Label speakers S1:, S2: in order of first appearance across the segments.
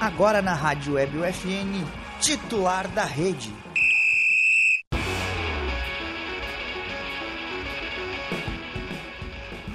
S1: agora na Rádio Web UFN, titular da rede.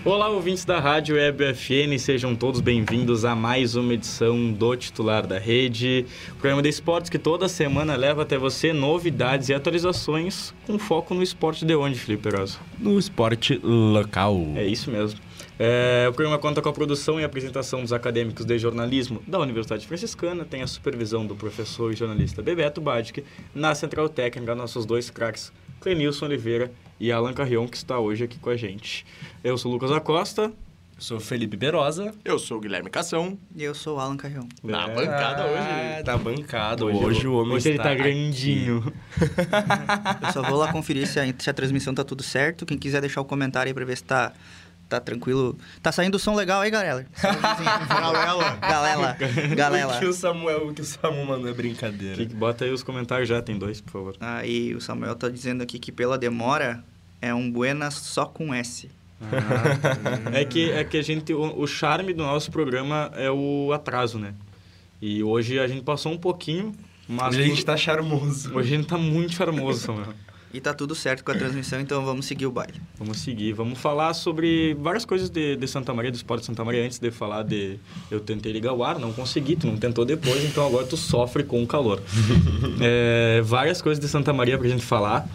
S2: Olá, ouvintes da Rádio Web FN, sejam todos bem-vindos a mais uma edição do Titular da Rede, programa de esportes que toda semana leva até você novidades e atualizações com foco no esporte de onde, Felipe Rosa?
S3: No esporte local.
S2: É isso mesmo. É, o programa conta com a produção e apresentação dos acadêmicos de jornalismo da Universidade Franciscana, tem a supervisão do professor e jornalista Bebeto Badic, na Central Técnica, nossos dois craques, Clenilson Oliveira e Alan Carrion, que está hoje aqui com a gente. Eu sou o Lucas Acosta.
S4: Sou Felipe Berosa.
S5: Eu sou o Guilherme Cação.
S1: E eu sou o Alan Carrion.
S5: Na bancada hoje.
S4: Na bancada
S2: Hoje,
S4: Tá hoje, o homem
S2: hoje ele
S4: está
S2: tá grandinho.
S1: Eu só vou lá conferir se a, se a transmissão tá tudo certo. Quem quiser deixar o comentário aí pra ver se tá, tá tranquilo. Tá saindo som legal aí, galera? Galela. Galela.
S4: O que
S1: Galela.
S4: o Samuel, o que o Samu mandou é brincadeira.
S2: Que- Bota aí os comentários já, tem dois, por favor.
S1: Aí o Samuel tá dizendo aqui que pela demora é um Buenas só com S.
S2: É que, é que a gente. O, o charme do nosso programa é o atraso, né? E hoje a gente passou um pouquinho, mas.
S4: Hoje a gente tá charmoso.
S2: hoje a gente tá muito charmoso, né? Samuel.
S1: E tá tudo certo com a transmissão, então vamos seguir o baile.
S2: Vamos seguir. Vamos falar sobre várias coisas de, de Santa Maria, do esporte de Santa Maria. Antes de falar de. Eu tentei ligar o ar, não consegui, tu não tentou depois, então agora tu sofre com o calor. É, várias coisas de Santa Maria pra gente falar.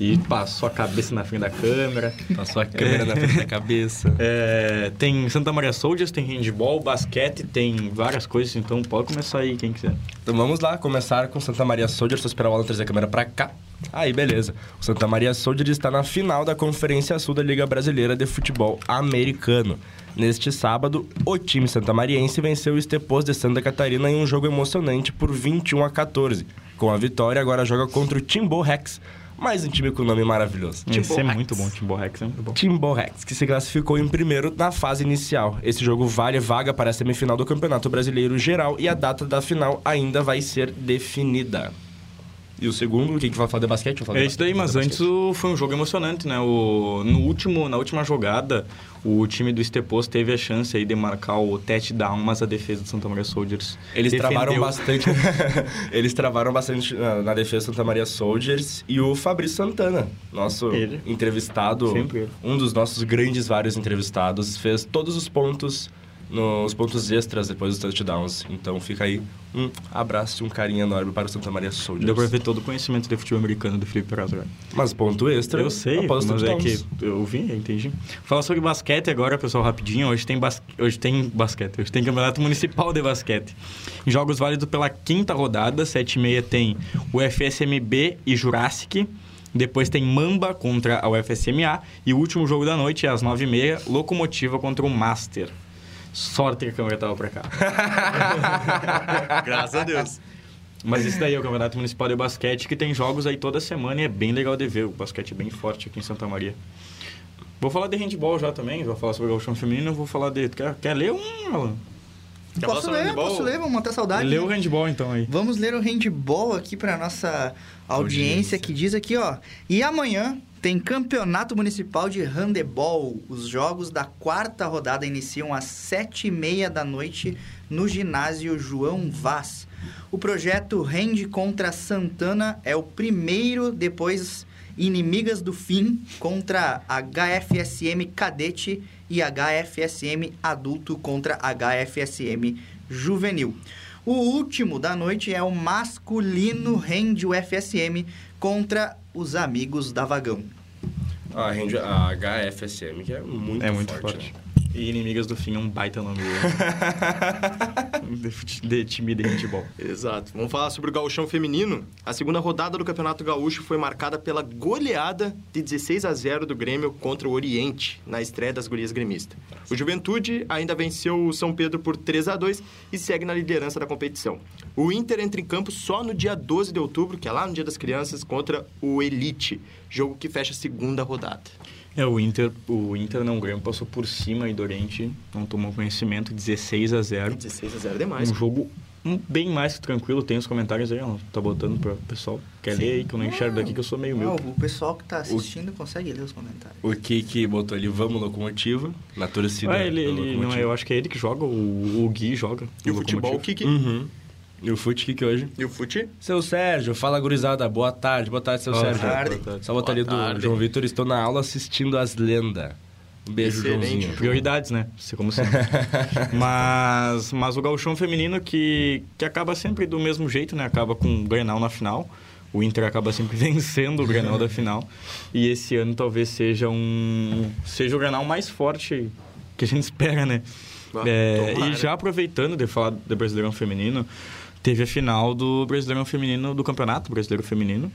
S2: E passou a cabeça na frente da câmera.
S4: Passou a câmera na frente da cabeça.
S2: É, tem Santa Maria Soldiers, tem handball, basquete, tem várias coisas, então pode começar aí, quem quiser.
S4: Então vamos lá, começar com Santa Maria Soldier. Só esperar o Alan trazer a câmera pra cá. Aí, beleza. O Santa Maria Soldier está na final da Conferência Sul da Liga Brasileira de Futebol Americano. Neste sábado, o time santamariense venceu o Estepos de Santa Catarina em um jogo emocionante por 21 a 14. Com a vitória, agora joga contra o Timbo Rex, mais um time com nome maravilhoso.
S2: Isso é
S4: Timbo
S2: muito
S4: Rex.
S2: bom, Timbo Rex é muito bom.
S4: Timbo Rex, que se classificou em primeiro na fase inicial. Esse jogo vale vaga para a semifinal do Campeonato Brasileiro Geral e a data da final ainda vai ser definida. E o segundo, o que que vai falar de basquete? Vai falar
S2: É
S4: de
S2: isso daí,
S4: basquete,
S2: mas
S4: vai falar de
S2: antes o- foi um jogo emocionante, né? O, no último, na última jogada, o time do Estepos teve a chance aí de marcar o touchdown, mas a defesa do Santa Maria Soldiers
S4: basquete. Eles
S2: defendeu.
S4: travaram bastante. Eles travaram bastante na, na defesa Santa Maria Soldiers e o Fabrício Santana, nosso
S2: Ele.
S4: entrevistado,
S2: Sempre ele.
S4: um dos nossos grandes vários entrevistados, fez todos os pontos nos pontos extras depois dos touchdowns. Então fica aí um abraço e um carinho enorme para o Santa Maria Soldiers.
S2: Deu pra ver todo o conhecimento de futebol americano do Felipe né? Razor.
S4: Mas ponto extra.
S2: Eu sei,
S4: após os
S2: mas é que
S4: touchdowns.
S2: eu vi, eu entendi. Falar sobre basquete agora, pessoal, rapidinho. Hoje tem, bas... hoje tem basquete, hoje tem campeonato municipal de basquete. Em Jogos válidos pela quinta rodada, 7 e meia tem o FSMB e Jurassic. Depois tem Mamba contra a UFSMA. E o último jogo da noite é às 9h30, Locomotiva contra o Master. Sorte que a câmera tava pra cá.
S5: Graças a Deus.
S2: Mas isso daí é o Campeonato Municipal de Basquete, que tem jogos aí toda semana e é bem legal de ver. O basquete é bem forte aqui em Santa Maria. Vou falar de handball já também, vou falar sobre o gauchão feminino, vou falar de... Quer, quer ler um, Alan?
S5: Quer falar
S1: posso
S5: sobre
S1: ler,
S5: handball?
S1: posso ler, vamos matar a saudade.
S2: Lê o handball então aí.
S1: Vamos ler o handball aqui para nossa audiência
S4: Audiência.
S1: que diz aqui, ó. E amanhã tem Campeonato Municipal de Handebol. Os jogos da quarta rodada iniciam às sete e meia da noite no ginásio João Vaz. O projeto Rende contra Santana é o primeiro depois Inimigas do Fim contra HFSM Cadete e HFSM Adulto contra HFSM Juvenil. O último da noite é o masculino rende o FSM contra os amigos da Vagão.
S4: A, Ranger- a HFSM, que é muito,
S2: É muito forte.
S4: forte. né?
S2: E Inimigas do Fim é um baita nome né? de, fute- de time de handball.
S5: Exato. Vamos falar sobre o gauchão feminino. A segunda rodada do Campeonato Gaúcho foi marcada pela goleada de 16 a 0 do Grêmio contra o Oriente, na estreia das gurias gremistas. O Juventude ainda venceu o São Pedro por 3 a 2 e segue na liderança da competição. O Inter entra em campo só no dia 12 de outubro, que é lá no Dia das Crianças, contra o Elite, jogo que fecha a segunda rodada.
S2: É, o Inter, o Inter não, o Grêmio passou por cima aí do Oriente, não tomou conhecimento, 16 a 0
S5: 16 a 0 é demais.
S2: Um jogo um- bem mais tranquilo. Tem os comentários aí, ó. Tá botando pra pessoal. Quer ler aí que eu não enxergo daqui que eu sou meio
S1: Não, É
S2: meu.
S1: o pessoal que tá assistindo consegue ler os comentários.
S4: O Kiki botou ali, vamos locomotiva, na torcida.
S2: Ah, ele,
S4: do
S2: ele não é,
S4: Locomotiva.
S2: eu acho que é ele que joga, o, o Gui joga.
S5: E o
S2: no
S5: futebol, o
S2: Locomotivo. Hum.
S5: que que...
S4: Uhum. E o Fute Kick hoje?
S5: E o Fute?
S4: Seu Sérgio, fala gurizada, boa tarde, boa tarde, seu
S2: Boa
S4: Sérgio.
S1: tarde.
S4: Só botar ali do
S6: tarde.
S4: João Vitor, estou na aula assistindo as lendas. Um beijo,
S5: Excelente,
S4: Joãozinho.
S2: Prioridades, né? Você como sempre. mas, mas o gauchão feminino que, que acaba sempre do mesmo jeito, né? Acaba com o Grenal na final. O Inter acaba sempre vencendo o Grenal da final. E esse ano talvez seja um... Seja o Grenal mais forte que a gente espera, né?
S5: Ah,
S2: É,
S5: tomara.
S2: e já aproveitando de falar do Brasileirão Feminino, teve a final do Brasileirão Feminino, do Campeonato Brasileiro Feminino.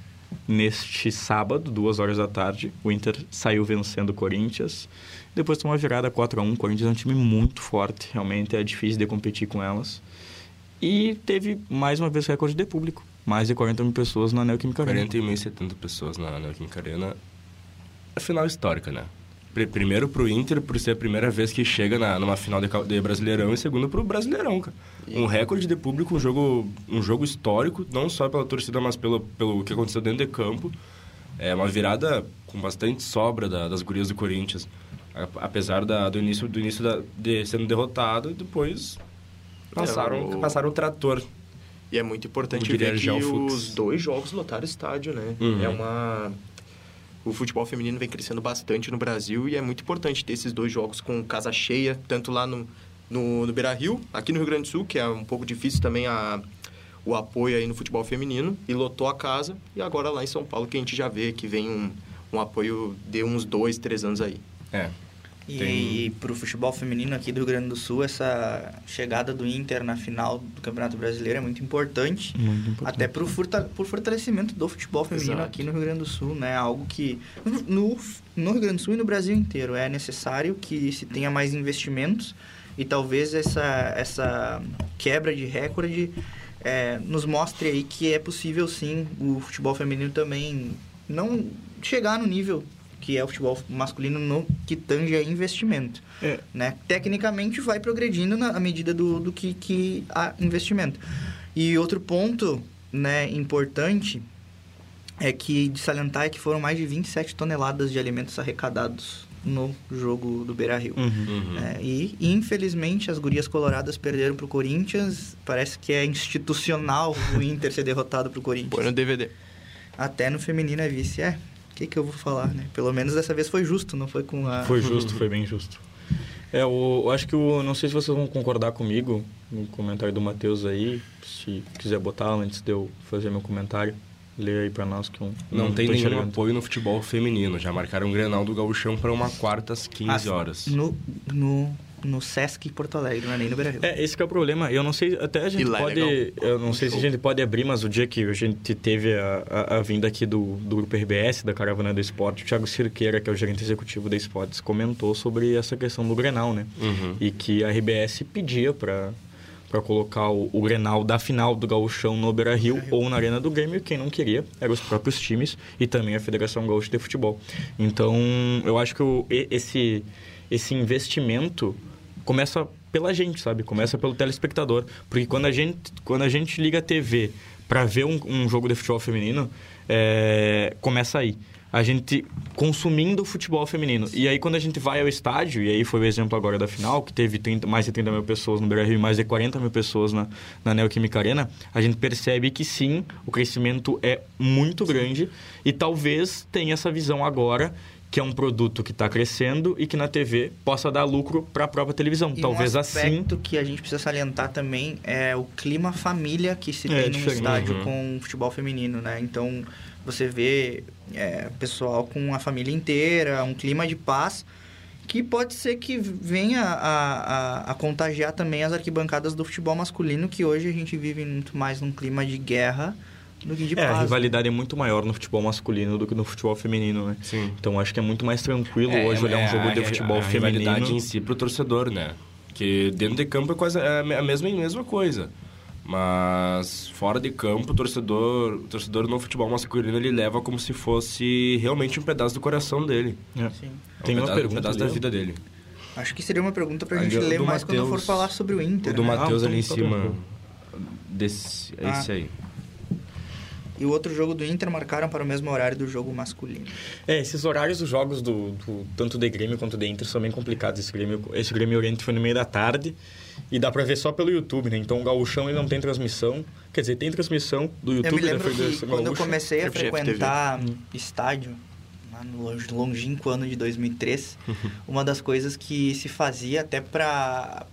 S2: Neste sábado, duas horas da tarde, o Inter saiu vencendo o Corinthians. Depois tomou uma virada 4 a 1 O Corinthians é um time muito forte, realmente é difícil de competir com elas. E teve mais uma vez recorde de público. Mais de 40 mil pessoas na Neoquímica Arena.
S4: 41.070 pessoas na Neoquímica Arena. É final histórica, né? Pri- Primeiro pro Inter, por ser a primeira vez que chega na, numa final de, cal- de Brasileirão, e segundo pro Brasileirão, cara. Um recorde de público, um jogo, um jogo histórico, não só pela torcida, mas pelo, pelo que aconteceu dentro de campo. É uma virada com bastante sobra da- das gurias do Corinthians. A- Apesar da- do início, do início da- de sendo derrotado, e depois passaram,
S5: É, o-
S4: passaram o trator.
S5: E é muito importante
S4: Como diria
S5: ver que
S4: Jean Fux.
S5: os dois jogos lotaram o estádio, né?
S4: Uhum.
S5: É uma... O futebol feminino vem crescendo bastante no Brasil e é muito importante ter esses dois jogos com casa cheia, tanto lá no, no, no Beira-Rio, aqui no Rio Grande do Sul, que é um pouco difícil também a, o apoio aí no futebol feminino, e lotou a casa, e agora lá em São Paulo que a gente já vê que vem um, um apoio de uns dois, três anos aí.
S4: É,
S1: E,
S4: Tem-
S1: e pro futebol feminino aqui do Rio Grande do Sul, essa chegada do Inter na final do Campeonato Brasileiro é muito importante.
S2: Muito importante. né?
S1: Até pro, furta, pro fortalecimento do futebol feminino
S5: Exato.
S1: aqui no Rio Grande do Sul, né? Algo que no, no Rio Grande do Sul e no Brasil inteiro é necessário que se tenha mais investimentos e talvez essa, essa quebra de recorde é, nos mostre aí que é possível sim o futebol feminino também não chegar no nível que é o futebol masculino no que tange a investimento.
S2: É.
S1: Né? Tecnicamente vai progredindo na à medida do, do que, que há investimento. E outro ponto né, importante é que de salientar é que foram mais de 27 toneladas de alimentos arrecadados no jogo do Beira Rio. É,
S2: Uhum.
S5: É,
S1: e infelizmente as gurias coloradas perderam pro Corinthians. Parece que é institucional o Inter ser derrotado pro Corinthians.
S5: Põe no DVD.
S1: Até no feminino é vice. É, o que, que eu vou falar, né? Pelo menos dessa vez foi justo, não foi com a.
S2: Foi justo, foi bem justo. É, o, eu acho que o. Não sei se vocês vão concordar comigo no comentário do Matheus aí. Se quiser botar antes de eu fazer meu comentário, lê aí pra nós que eu
S4: Não, tem
S2: tô
S4: nenhum
S2: enxergando.
S4: apoio no futebol feminino. Já marcaram um Grenal do Gauchão para uma quarta às 15
S1: Ah,
S4: horas.
S1: No, no, no Sesc Porto Alegre, não é nem no Brasil.
S2: É, esse que é o problema. Eu não sei, até a gente
S5: E lá é
S2: pode.
S5: legal.
S2: eu não sei se a gente pode abrir, mas o dia que a gente teve a, a- a vinda aqui do, do grupo RBS, da Caravana do Esporte, o Thiago Cirqueira, que é o gerente executivo da Esportes, comentou sobre essa questão do Grenal, né?
S5: Uhum.
S2: E que a RBS pedia para para colocar o, o Grenal da final do Gauchão no Beira-Rio ou na Arena do Grêmio, quem não queria eram os próprios times e também a Federação Gaúcha de Futebol. Então, eu acho que o- e- esse esse investimento começa pela gente, sabe? Começa pelo telespectador. Porque quando a gente, quando a gente liga a TV para ver um, um jogo de futebol feminino, é, começa aí. A gente consumindo o futebol feminino. E aí, quando a gente vai ao estádio, e aí foi o exemplo agora da final, que teve 30 mais de 30 mil pessoas no Beira-Rio e mais de 40 mil pessoas na, na Neoquímica Arena, a gente percebe que sim, o crescimento é muito grande e talvez tenha essa visão agora que é um produto que está crescendo e que na TV possa dar lucro para a própria televisão.
S1: E
S2: Talvez
S1: um
S2: assim.
S1: aspecto que a gente precisa salientar também é o clima família que se
S2: É,
S1: tem num
S2: diferente.
S1: estádio
S4: Uhum.
S1: com futebol feminino, né? Então, você vê é, pessoal com a família inteira, um clima de paz, que pode ser que venha a, a- a contagiar também as arquibancadas do futebol masculino, que hoje a gente vive muito mais num clima de guerra do que de
S2: é,
S1: paz.
S2: a
S1: né?
S2: rivalidade é muito maior no futebol masculino do que no futebol feminino, né?
S4: Sim.
S2: Então acho que é muito mais tranquilo
S4: É,
S2: hoje olhar
S4: é,
S2: um jogo
S4: a-
S2: de futebol
S4: a rivalidade
S2: feminino.
S4: em si pro torcedor, né? Que dentro de campo é quase é a mesma, a mesma coisa. Mas fora de campo, o torcedor, o torcedor no futebol masculino ele leva como se fosse realmente um pedaço do coração dele.
S2: É.
S1: Sim.
S4: É um
S2: Tem uma
S4: pedaço,
S2: pergunta
S4: Um pedaço da
S2: ali, ó.
S4: vida dele.
S1: Acho que seria uma pergunta pra
S4: Ali
S1: gente
S4: é o
S1: ler
S4: do
S1: mais quando for
S4: Matheus.
S1: falar sobre o Inter.
S4: O do
S1: né?
S4: Matheus
S2: Ah,
S4: ali em
S2: tá
S4: cima.
S2: tranquilo.
S4: Desse, é
S1: Ah.
S4: esse aí.
S1: E o outro jogo do Inter marcaram para o mesmo horário do jogo masculino.
S2: É, esses horários dos jogos do, do- tanto de Grêmio quanto de Inter são bem complicados. Esse Grêmio, esse Grêmio Oriente foi no meio da tarde E dá pra ver só pelo YouTube, né? Então o Gaúchão ele não tem transmissão. Quer dizer, tem transmissão do
S1: Eu me
S2: YouTube da
S1: lembro que
S2: Federação
S1: quando eu
S2: Gaúcha.
S1: comecei a
S5: FGF TV.
S1: frequentar estádio, lá no longe- longínquo ano de 2003,
S2: Uhum.
S1: uma das coisas que se fazia até pra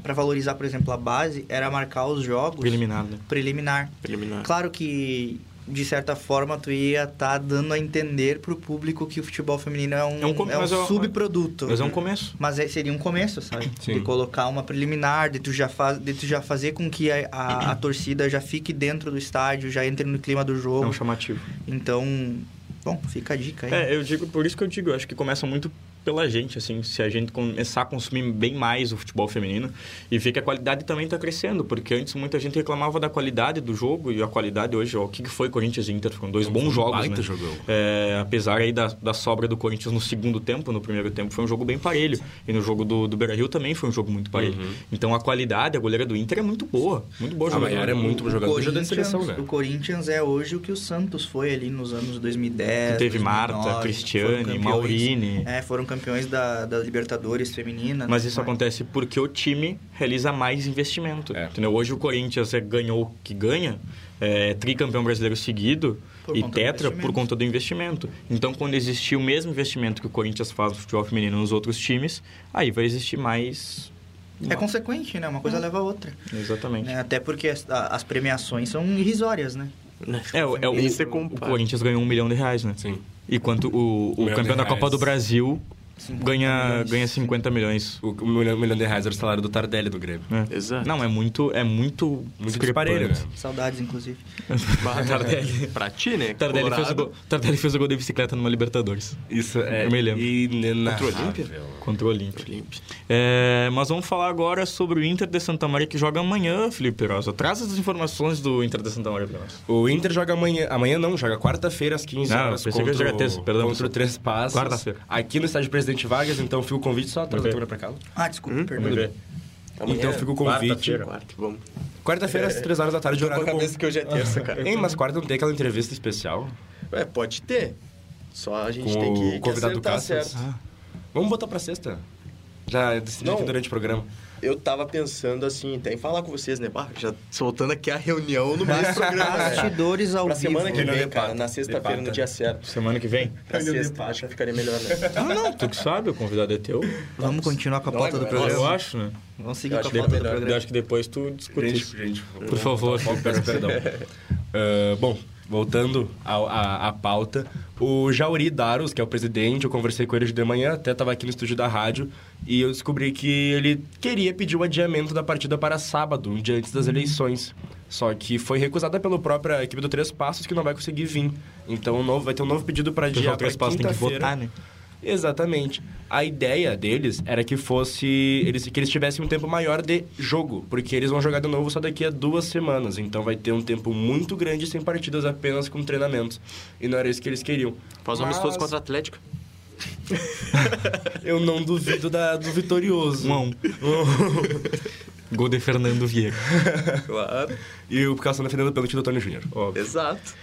S1: para valorizar, por exemplo, a base, era marcar os jogos
S2: Eliminado, né?
S1: preliminar.
S2: Ah.
S5: Preliminar.
S1: Claro que, de certa forma, tu ia estar dando a entender pro público que o futebol feminino é um,
S2: É um com-
S1: é um
S2: mas é uma-
S1: subproduto.
S2: Mas é um começo.
S1: Mas aí seria um começo, sabe?
S4: Sim.
S1: De colocar uma preliminar, de tu já, faz, de tu já fazer com que a, a- a torcida já fique dentro do estádio, já entre no clima do
S2: É
S1: jogo.
S2: um chamativo.
S1: Então, bom, fica a dica aí.
S2: É, eu digo, por isso que eu digo, eu acho que começa muito pela gente, assim, se a gente começar a consumir bem mais o futebol feminino e ver que a qualidade também está crescendo, porque antes muita gente reclamava da qualidade do jogo e a qualidade hoje, ó, o que que foi Corinthians e Inter, foram
S4: É um
S2: dois bons jogos,
S3: baita
S2: né?
S3: jogão.
S2: É, apesar aí da, da sobra do Corinthians no segundo tempo, no primeiro tempo foi um jogo bem parelho, e no jogo do, do Beira-Rio também foi um jogo muito parelho. Então a qualidade, a goleira do Inter é muito boa, muito boa
S4: Uhum. A Maiara é muito bom jogador. Hoje é da
S1: Corinthians,
S4: seleção, né?
S1: o Corinthians é hoje o que o Santos foi ali nos anos 2010.
S2: Teve Marta,
S1: 2009, foram
S2: Cristiane,
S1: campeões-
S2: Maurine.
S1: É, foram campeões da, da Libertadores feminina.
S2: Mas
S1: tudo
S2: isso
S1: mais.
S2: acontece porque o time realiza mais investimento.
S4: É.
S2: Entendeu? Hoje o Corinthians é, ganhou o que ganha, é tricampeão brasileiro seguido
S1: Por
S2: e
S1: conta do
S2: tetra por
S1: investimento.
S2: conta do investimento. Então, quando existir o mesmo investimento que o Corinthians faz no futebol feminino nos outros times, aí vai existir mais.
S1: É consequente, né? Uma
S2: É.
S1: coisa leva a outra.
S2: Exatamente.
S1: né? Até porque as, a- as premiações são irrisórias, né?
S2: É, o- é o,
S5: Isso é
S2: o
S5: compara.
S2: Corinthians ganhou um milhão de reais, né?
S4: Sim.
S2: E quanto o, o
S4: milhão
S2: campeão
S4: de
S2: da Copa
S4: reais.
S2: do Brasil
S1: 50
S2: ganha,
S1: milhões.
S2: ganha 50 milhões.
S4: O, o milhão, milhão de reais era o salário do Tardelli do Grêmio.
S2: né?
S5: Exato.
S2: Não, é muito. É muito,
S4: Muito
S2: discrepante.
S4: disparelho, né?
S1: Saudades, inclusive.
S5: Bah, Tardelli. pra ti, né?
S2: Tardelli fez, o
S5: Colorado.
S2: gol, Tardelli fez o gol de bicicleta numa Libertadores.
S4: Isso é
S2: Eu me lembro.
S4: inenarrável.
S5: Contra o Olímpia?
S2: Contra o Olímpia.
S5: Olímpia.
S2: É, mas vamos falar agora sobre o Inter de Santa Maria que joga amanhã, Felipe Perosa. Traz as informações do Inter de Santa Maria pra nós.
S4: O Inter joga amanhã. Amanhã não, joga quarta-feira às 15
S2: Ah,
S4: horas.
S2: pensei que
S4: contra
S2: ia jogar
S4: o-
S2: terça, perdão,
S4: Contra o
S2: pessoal.
S4: Três Passos.
S2: Quarta-feira.
S4: Aqui no estádio Presidente Vargas, então fica o convite só, traz a
S2: Ok.
S4: câmera pra cá.
S1: Ah, desculpa, perdão.
S2: Vamos Hum? ver.
S4: Então
S5: É.
S4: fica o convite.
S2: quarta-feira.
S5: Quarto, vamos.
S4: Quarta-feira às 3 horas da tarde,
S5: Tô com
S4: horário
S5: a
S4: bom.
S5: cabeça que hoje é terça, cara.
S4: Hein, mas quarta não tem aquela entrevista especial?
S5: É, pode ter. Só a gente
S4: Com
S5: tem que,
S4: o convidado
S5: que acertar
S4: Cassius.
S5: certo.
S2: Ah.
S4: Vamos botar pra sexta. Já decidi aqui
S5: Não.
S4: durante o programa.
S5: Eu tava pensando assim, até em falar com vocês, né? Bah, já soltando aqui a reunião no mesmo programa. né?
S1: Bastidores ao
S5: Pra
S1: vivo.
S5: semana que
S4: Reunião
S5: vem,
S4: de
S5: cara,
S4: pata.
S5: na sexta-feira,
S4: De
S5: no
S4: pata.
S5: dia certo.
S2: Semana que vem?
S5: Pra Tá sexta, acho que ficaria melhor, né?
S2: Ah, não, tu que sabe, o convidado é teu.
S1: Vamos continuar com a
S5: Não
S1: pauta do
S5: agora.
S2: Eu
S1: programa.
S2: acho, né?
S1: Vamos seguir
S5: Eu
S1: com a
S5: acho bem
S1: pauta do
S5: melhor.
S2: Eu
S1: programa.
S2: acho que depois tu discute
S4: Gente,
S2: isso.
S4: gente,
S2: Por favor.
S4: Paulo, peço perdão. Ah, bom, voltando ao- à à pauta, o Jauri Daros, que é o presidente, eu conversei com ele hoje de manhã, até estava aqui no estúdio da rádio, e eu descobri que ele queria pedir o adiamento da partida para sábado, um dia antes das eleições. Só que foi recusada pela própria equipe do Três Passos, que não vai conseguir vir. Então o novo- vai ter um novo pedido para
S2: Pessoal,
S4: adiar
S2: três
S4: para
S2: passos tem que
S4: quinta-feira.
S2: votar, né?
S4: Exatamente. A ideia deles era que fosse. Eles, que eles tivessem um tempo maior de jogo, porque eles vão jogar de novo só daqui a duas semanas. Então vai ter um tempo muito grande sem partidas apenas com treinamentos. E não era isso que eles queriam.
S5: Faz um
S4: Mas
S5: amistoso contra o Atlético.
S4: Eu não duvido da, do vitorioso.
S2: Um a um. Gol de Fernando Vieira.
S5: Claro.
S4: E o Picasso defendendo o pênalti do Tony Júnior.
S2: Óbvio.
S5: Exato.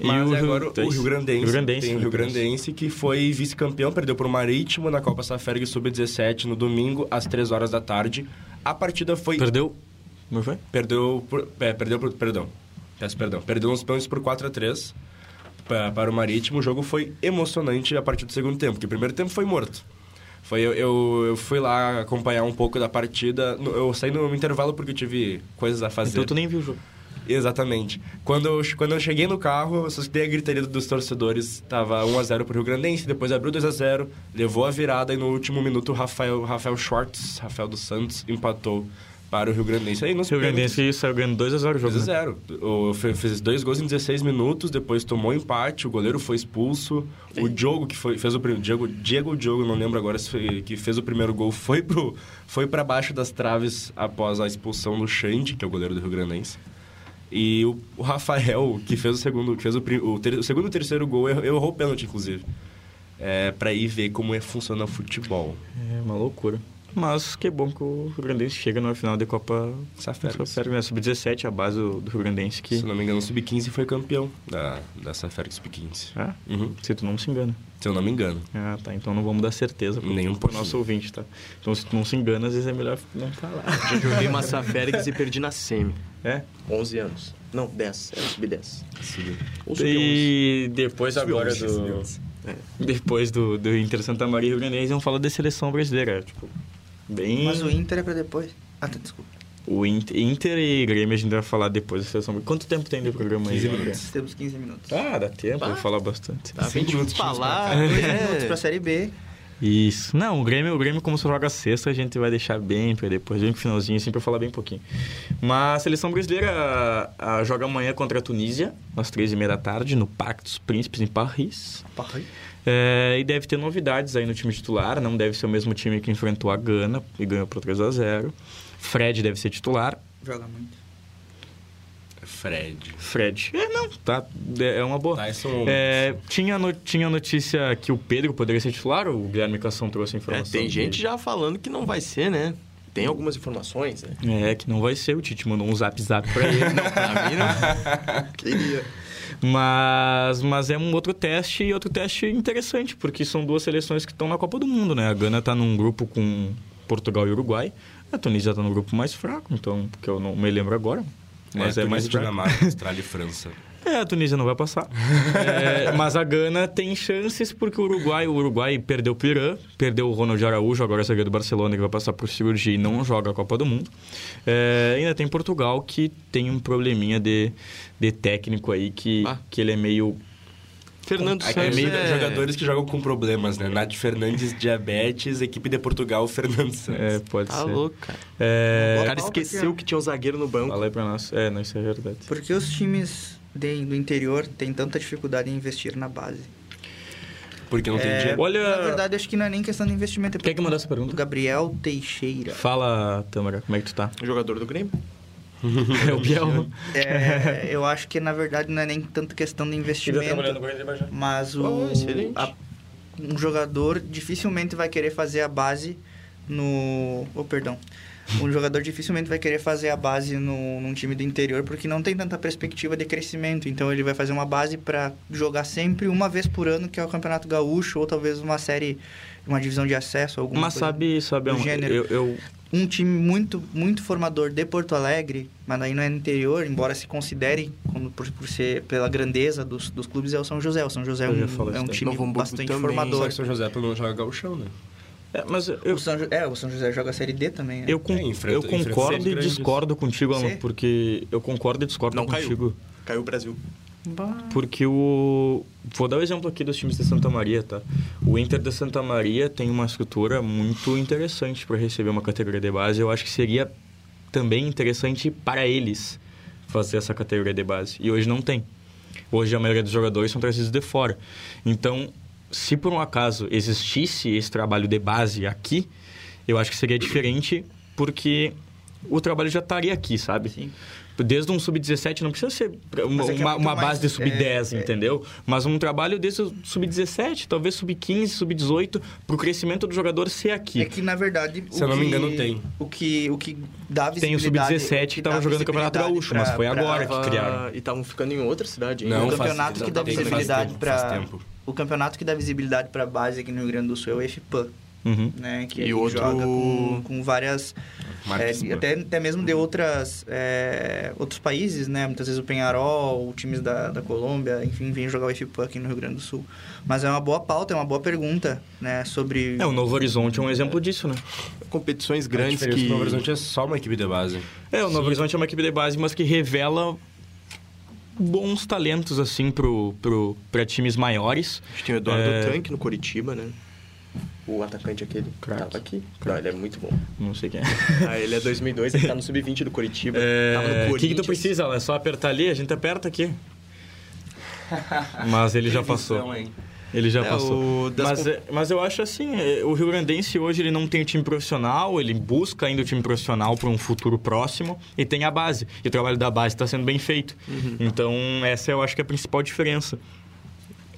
S2: E
S4: Mas
S2: o
S4: é agora
S2: Rio-
S4: o Rio Grandense.
S2: Rio Grandense, né?
S4: Tem o
S2: Rio
S4: Rio Grandense, que foi vice-campeão, perdeu para o Marítimo na Copa Saferg Sub-17 no domingo, às 3 horas da tarde. A partida foi
S2: Perdeu? Como foi?
S4: Perdeu por, é, perdeu por, perdão. Peço perdão. Perdeu uns pênaltis por 4 a 3 pa- para o Marítimo. O jogo foi emocionante a partir do segundo tempo, porque o primeiro tempo foi morto. Foi eu, eu, eu fui lá acompanhar um pouco da partida. No- Eu saí no intervalo porque eu tive coisas a fazer.
S2: Então tu nem viu o jogo.
S4: Exatamente. Quando eu, che- quando eu cheguei no carro, eu escutei a gritaria dos torcedores. Tava 1x0 pro Rio Grandense, depois abriu 2x0, levou a virada e no último minuto o Rafael, Rafael Schwartz, Rafael dos Santos, empatou para o Rio Grandense. Aí nos
S2: Rio
S4: pênaltis-
S2: Grandense saiu ganhando 2x0 o jogo.
S4: 2
S2: né?
S4: a 0 O- fe- Fez dois gols em 16 minutos, depois tomou empate, o goleiro foi expulso. O Diogo, que foi, fez o primeiro. Diego, Diego Diogo, não lembro agora se foi, que fez o primeiro gol, foi, pro, foi pra baixo das traves após a expulsão do Xande, que é o goleiro do Rio Grandense. E o, o Rafael, que fez o segundo, que fez o, pri- o, ter- o segundo e terceiro gol, errou, errou o pênalti, inclusive. É, pra ir ver como é, funciona o futebol.
S2: É uma loucura. Mas que bom que o Rio Grandense chega na final da Copa
S4: Safergas.
S2: Safergas, né? Sub-17, a base do, do Rio Grandense que...
S4: Se não me engano, o Sub-15 foi campeão da, dessa Ferg Sub-15.
S2: Ah,
S4: Uhum.
S2: se tu não se engana.
S4: Se eu não me engano.
S2: Ah, tá. Então não vamos dar certeza pro,
S4: Nem um
S2: pro
S4: pouquinho.
S2: nosso ouvinte, tá? Então se tu não se engana, às vezes é melhor não falar.
S5: Já joguei uma Safergs e perdi na semi.
S2: É?
S5: 11 anos. Não, 10. Era sub-10. Ou sub-11.
S2: E depois
S4: Subiu
S2: agora
S4: onze, subiu
S2: do...
S4: onze.
S2: Depois do, do Inter Santa Maria e Rio Grandense, vamos falar da seleção brasileira. Tipo, bem...
S1: Mas o Inter é pra depois. Ah, tá, desculpa.
S2: O Inter, Inter e Grêmio a gente vai falar depois da seleção. Quanto tempo tem de programa aí?
S4: 15
S2: André?
S4: minutos.
S1: Temos 15 minutos.
S2: Ah, dá tempo, eu vou falar bastante.
S5: Tá, vem
S4: Cinco
S5: de
S4: minutos pra
S5: falar.
S4: cá.
S5: é.
S1: 2 minutos pra Série B.
S2: Isso. Não, o Grêmio, o Grêmio como só joga sexta, a gente vai deixar bem pra depois, bem pro finalzinho, assim, pra falar bem pouquinho. Mas a seleção brasileira a- a joga amanhã contra a Tunísia, às três e meia da tarde, no Pacto dos Príncipes, em Paris. É, e deve ter novidades aí no time titular, não deve ser o mesmo time que enfrentou a Gana e ganhou por 3 a 0 Fred deve ser titular.
S1: Joga muito.
S4: Fred.
S2: Fred. É, não, tá. É é uma boa.
S5: um
S4: Tyson.
S2: É, tinha, no- tinha notícia que o Pedro poderia ser titular, o Guilherme Cação trouxe a
S5: É,
S2: informação.
S5: tem gente
S2: dele.
S5: já falando que não vai ser, né? Tem algumas informações, né?
S2: É, que não vai ser, o Tite mandou um zap zap pra ele.
S5: Pra mim, não. Queria.
S2: mas, mas é um outro teste e outro teste interessante, porque são duas seleções que estão na Copa do Mundo, né? A Gana tá num grupo com Portugal e Uruguai, a Tunísia tá num grupo mais fraco, então, que eu não me lembro agora. Mas é,
S4: Tunísia,
S2: mais fraco.
S4: Dinamarca, Austrália e França.
S2: É, a Tunísia não vai passar. É, mas a Gana tem chances porque o Uruguai, o Uruguai perdeu o Pirã, perdeu o Ronald Araújo, agora é zagueiro do Barcelona que vai passar por cirurgia e não joga a Copa do Mundo. É, ainda tem Portugal que tem um probleminha de, de técnico aí que,
S5: Ah.
S2: que ele é meio
S5: Fernando
S4: Aqui é
S5: Santos
S4: meio
S5: é...
S4: jogadores que jogam com problemas, né? Nath Fernandes, diabetes, equipe de Portugal, Fernando
S2: é,
S4: Santos.
S2: pode
S5: Tá
S2: ser.
S5: louco, cara.
S2: É,
S5: O
S1: Boa
S5: cara
S1: falta,
S5: esqueceu
S1: Thiago.
S5: que tinha um zagueiro no banco.
S2: fala aí pra nós. É, não isso é verdade.
S1: Por que os times de- do interior têm tanta dificuldade em investir na base?
S4: Porque não tem
S1: É,
S4: dinheiro.
S2: Olha-
S1: Na verdade, acho que não é nem questão de investimento. é
S2: Quem é que mandou essa pergunta?
S1: Gabriel Teixeira.
S2: Fala, Tâmara, como é que tu tá?
S5: um Jogador do Grêmio.
S2: é o Biel.
S1: É, eu acho que, na verdade, não é nem tanto questão
S5: tá
S1: de investimento. Mas o,
S5: Oh, excelente.
S1: a- um jogador dificilmente vai querer fazer a base no. Oh, perdão. Um jogador dificilmente vai querer fazer a base no, num time do interior porque não tem tanta perspectiva de crescimento. Então ele vai fazer uma base para jogar sempre uma vez por ano, que é o Campeonato Gaúcho, ou talvez uma série, uma divisão de acesso, alguma
S2: Mas
S1: coisa.
S2: sabe, sabe, é
S1: do
S2: um-
S1: gênero.
S2: eu- eu,
S1: um time muito, muito formador de Porto Alegre, mas aí não é no interior, embora se considere, como por, por ser pela grandeza dos, dos clubes, é o São José. O São José é
S2: Eu ia
S1: um,
S2: falar
S1: é um
S4: né?
S2: isso daí.
S1: time
S5: Novo Hamburgo
S1: bastante
S5: também.
S4: Só
S1: formador.
S4: que São José pelo menos joga gauchão, né?
S2: É, mas eu,
S1: O São, Jo- é, o São José joga a Série D também. né?
S2: eu, con-
S4: É, enfrenta-
S2: eu
S4: enfrenta
S2: concordo
S4: seis
S2: e
S4: grandes.
S2: discordo contigo, Alan,
S1: Sim.
S2: porque eu concordo e discordo
S5: Não caiu.
S2: contigo.
S5: Caiu o Brasil.
S2: Porque o. Vou dar o exemplo aqui dos times de Santa Maria, tá? O Inter de Santa Maria tem uma estrutura muito interessante para receber uma categoria de base. Eu acho que seria também interessante para eles fazer essa categoria de base. E hoje não tem. Hoje a maioria dos jogadores são trazidos de fora. Então, se por um acaso existisse esse trabalho de base aqui, eu acho que seria diferente porque o trabalho já estaria aqui, sabe?
S1: Sim.
S2: Desde um sub-17 não precisa ser um uma,
S1: Mas é que é
S2: uma-
S1: muito
S2: uma
S1: mais,
S2: base de sub-10,
S1: é, é.
S2: entendeu? Mas um trabalho desde o sub-17, talvez sub-15, sub-18, pro crescimento do jogador ser aqui.
S1: É que, na verdade,
S4: Se eu não me engano, tem.
S1: O que, o que dá
S2: Tem o
S1: visibilidade...
S2: sub-17
S1: o
S2: que tava
S1: dá
S2: jogando o Campeonato
S1: visibilidade
S2: Gaúcho, mas
S1: pra-
S2: foi
S1: pra-
S2: agora É, que
S5: Tava-
S2: criaram.
S5: E estavam ficando em outra cidade.
S1: o
S4: Não, faz-
S1: campeonato que dá
S4: tem, faz
S1: visibilidade
S4: tempo, faz
S1: para
S4: tempo.
S1: o campeonato que dá visibilidade para base aqui no Rio Grande do Sul é o FPAN,
S2: Uhum.
S1: né, que
S5: E
S1: a gente
S5: outro-
S1: joga com, com várias É,
S4: Marques,
S1: de- até, até mesmo de outras, é, outros países, né? Muitas vezes o Penharol, o times da, da Colômbia, enfim, vêm jogar o FPUC aqui no Rio Grande do Sul. Mas é uma boa pauta, é uma boa pergunta, né? Sobre...
S2: É, o Novo Horizonte é um exemplo disso, né?
S5: Competições
S4: A
S5: grandes
S4: diferença
S5: que...
S4: do Novo Horizonte é só uma equipe de base.
S2: É, o Novo Horizonte é uma equipe de base, mas que revela bons talentos, assim, pro, pro, pra times maiores.
S5: A gente tem o Eduardo
S2: É.
S5: Tanque no Curitiba, né? O atacante aquele que
S2: Craque.
S5: tava aqui. Não, ele é muito bom.
S2: Não sei quem é.
S5: Ah, ele é 2002, ele tá no sub-20 do Curitiba. tava no
S2: É, O
S5: Corinthians.
S2: que, que tu precisa? Alan? É só apertar ali, a gente aperta aqui. Mas ele já passou. Ele já
S5: É,
S2: passou.
S5: o das
S2: Mas,
S5: com-
S2: é- mas eu acho assim, é, o Rio Grandense hoje ele não tem o time profissional, ele busca ainda o time profissional para um futuro próximo e tem a base. tá E o
S5: Uhum.
S2: trabalho da base está sendo bem feito. Então essa eu acho que é a principal diferença.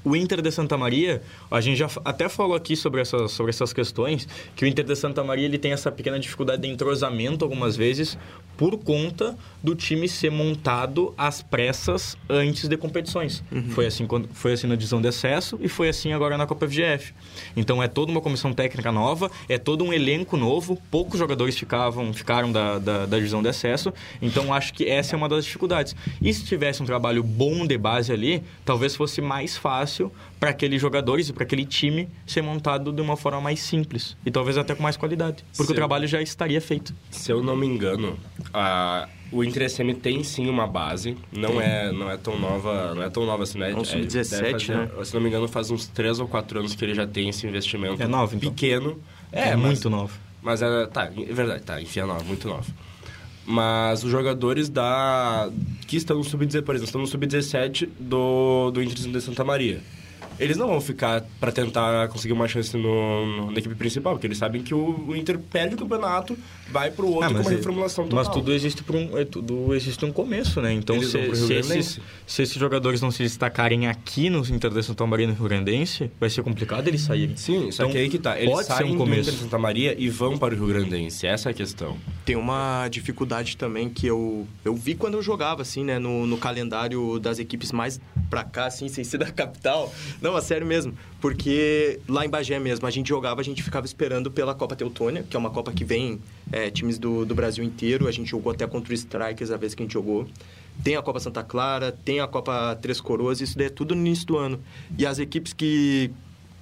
S2: O Inter de Santa Maria, a gente já f- até falou aqui sobre essas, sobre essas questões, que o Inter de Santa Maria ele tem essa pequena dificuldade de entrosamento algumas vezes por conta do time ser montado às pressas antes de competições. Foi, assim quando, foi assim na divisão de acesso e foi assim agora na Copa FGF. Então é toda uma comissão técnica nova, é todo um elenco novo, poucos jogadores ficavam, ficaram da, da, da divisão de acesso, então acho que essa é uma das dificuldades. E se tivesse um trabalho bom de base ali, talvez fosse mais fácil para aqueles jogadores e para aquele time ser montado de uma forma mais simples e talvez até com mais qualidade, porque
S4: Sim.
S2: o trabalho já estaria feito.
S4: Se eu não me engano, a- o Inter SM tem sim uma base, não é, não é tão nova, não é tão nova assim, né?
S5: É um sub-17,
S4: deve fazer-
S5: né?
S4: Se não me engano, faz uns 3 ou 4 anos que ele já tem esse investimento.
S2: É nova, então.
S4: Pequeno.
S2: É,
S4: mas-
S2: muito novo.
S4: Mas é, tá, é verdade, tá, enfim, é nova, muito nova. Mas os jogadores da que estão no sub-17, por exemplo, estão no sub-17 do do Inter de Santa Maria. Eles não vão ficar pra tentar conseguir uma chance no, no- na equipe principal, porque eles sabem que o, o Inter perde o campeonato, vai pro outro
S2: Ah,
S4: com uma
S2: é-
S4: reformulação total.
S2: mas tudo existe por um, é, tudo existe um começo, né? Então,
S4: Eles vão
S2: se,
S4: pro Rio
S2: se
S4: Grandense.
S2: esses, se esses jogadores não se destacarem aqui no Inter de Santa Maria e no Rio Grandense, vai ser complicado eles saírem.
S4: Sim, só
S2: Então,
S4: que aí que tá. Eles
S2: pode ser
S4: saem
S2: um
S4: do
S2: começo.
S4: Inter de Santa Maria e vão para o Rio Grandense. Essa é a questão.
S5: Tem uma dificuldade também que eu, eu vi quando eu jogava, assim, né? No, no calendário das equipes mais pra cá, assim, sem ser da capital. Não, a sério mesmo. Porque lá em Bagé mesmo, a gente jogava, a gente ficava esperando pela Copa Teutônia, que é uma Copa que vem é, times do, do Brasil inteiro. A gente jogou até contra o Strikers a vez que a gente jogou. Tem a Copa Santa Clara, tem a Copa Três Coroas, isso daí é tudo no início do ano. E as equipes que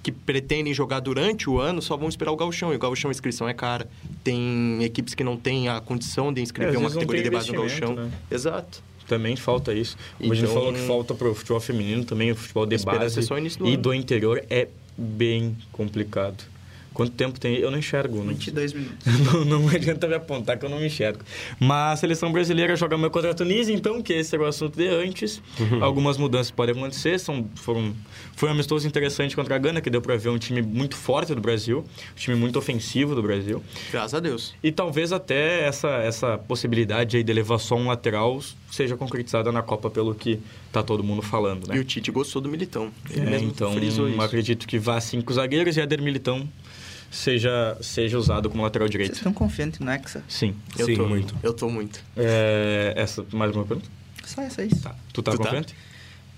S5: que pretendem jogar durante o ano só vão esperar o gauchão. E o gauchão a inscrição é cara. Tem equipes que não têm a condição de inscrever
S2: É, às
S5: uma
S2: vezes não
S5: categoria de
S2: tem
S5: base no gauchão.
S2: investimento, né?
S5: Exato.
S2: Também falta isso. Como a gente
S5: Então-
S2: falou que falta pro futebol feminino também, o futebol de
S5: Esperança
S2: base
S5: é só o início do
S2: e
S5: ano.
S2: do interior é bem complicado. Quanto tempo tem? Eu não enxergo. Não,
S1: 22 minutos.
S2: não, não adianta me apontar que eu não me enxergo. Mas a seleção brasileira joga meio contra a Tunísia, então, que esse era o assunto de antes.
S5: Uhum.
S2: Algumas mudanças podem acontecer. São, foram, foi um amistoso interessante contra a Gana, que deu pra ver um time muito forte do Brasil, um time muito ofensivo do Brasil.
S5: Graças a Deus.
S2: E talvez até essa, essa possibilidade aí de levar só um lateral seja concretizada na Copa, pelo que tá todo mundo falando,
S5: E
S2: né?
S5: o Tite gostou do Militão. Ele
S2: É,
S5: mesmo
S2: então,
S5: frisou isso.
S2: acredito que vá cinco zagueiros e Éder Militão seja, seja usado como lateral
S1: Vocês
S2: direito.
S1: estão confiantes no Hexa?
S2: Sim.
S5: Eu
S4: Sim,
S5: tô
S4: muito.
S5: Eu tô muito.
S2: É, essa, mais alguma pergunta?
S1: Só essa aí.
S2: Tá. Tu tá
S5: Tu tá?
S2: confiante?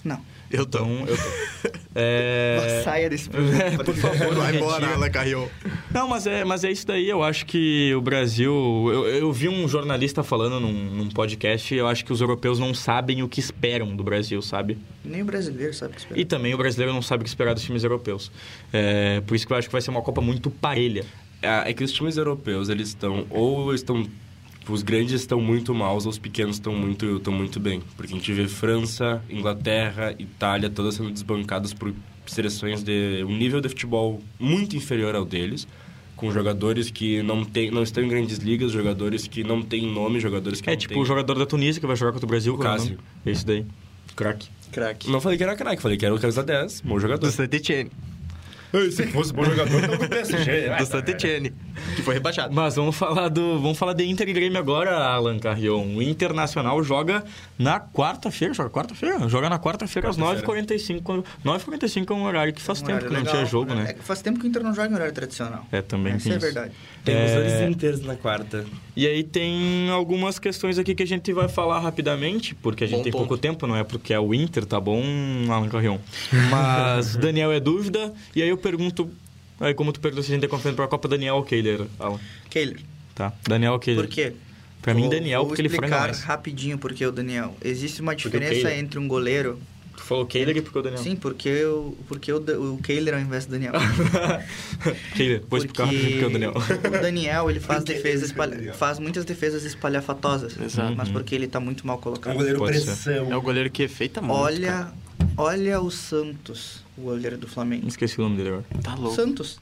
S1: Não.
S5: Eu tô.
S2: Então, eu tô. É...
S1: Saia desse programa.
S2: Por favor,
S5: Vai
S2: me
S5: embora,
S2: retira.
S5: Alan Carrion.
S2: Não, mas é, mas é isso daí. Eu acho que o Brasil. Eu, eu vi um jornalista falando num, num podcast. Eu acho que os europeus não sabem o que esperam do Brasil, sabe?
S1: Nem o brasileiro sabe o que esperar.
S2: E também o brasileiro não sabe o que esperar dos times europeus. É, por isso que eu acho que vai ser uma Copa muito parelha.
S4: É, é que os times europeus, eles estão... Ou estão... Os grandes estão muito maus, ou os pequenos estão muito, estão muito bem. Porque a gente vê França, Inglaterra, Itália, todas sendo desbancadas por seleções de um nível de futebol muito inferior ao deles. Com jogadores que não, tem, não estão em grandes ligas, jogadores que não têm nome, jogadores que
S2: É
S4: não
S2: tipo
S4: têm...
S2: o jogador da Tunísia que vai jogar contra o Brasil,
S4: O
S2: qual é o
S4: Cássio.
S2: nome? É isso daí. Crack.
S5: Crack.
S4: Não falei que era craque, falei que era o camisa 10, bom jogador.
S5: Do Santetien.
S4: Ei, se fosse bom jogador, então do PSG.
S5: Do Santetien. Que foi rebaixado.
S2: Mas vamos falar do. Vamos falar de Inter e Grêmio agora, Alan Carrion. O Internacional joga na quarta-feira. Joga quarta-feira? Joga na quarta-feira às 9h45. quando- 9h45 é um horário que faz
S1: Um
S2: tempo
S1: horário
S2: que não
S1: legal,
S2: tinha jogo, né?
S1: É que faz tempo que o Inter não joga em horário tradicional.
S2: É, também
S1: Essa
S2: tem
S1: é a
S2: isso.
S1: verdade.
S4: Temos
S2: É.
S4: eles inteiros na quarta.
S2: E aí tem algumas questões aqui que a gente vai falar rapidamente, porque a gente
S5: Bom
S2: tem
S5: ponto.
S2: pouco tempo, não é porque é o Inter, tá bom, Alan Carrion? Mas Daniel é dúvida, e aí eu pergunto... Aí como tu perguntou se a gente é confiante pra Copa, Daniel ou Kehler, Alan?
S1: Kehler,
S2: Tá, Daniel ou Kehler?
S1: por quê?
S2: Pra mim,
S1: Vou-
S2: Daniel,
S1: vou
S2: porque ele franga
S1: explicar
S2: mais.
S1: rapidinho porque o Daniel. Existe uma
S2: o
S1: diferença
S2: Kehler. É.
S1: entre um goleiro...
S2: Tu falou Kehler e porque o Daniel?
S1: Sim, porque, eu, porque o, Da- o Kehler ao invés do Daniel.
S2: Kehler, vou explicar rapidinho porque o Daniel...
S1: o Daniel, ele faz, defesas espalha- faz muitas defesas espalhafatosas.
S2: Uhum.
S5: Exato.
S1: Mas porque ele tá muito mal colocado.
S2: Pode ser.
S5: É o goleiro que efeita muito.
S1: Olha, olha o Santos, o goleiro do Flamengo.
S2: Esqueci o nome dele agora.
S5: cara. Tá louco.
S1: Santos.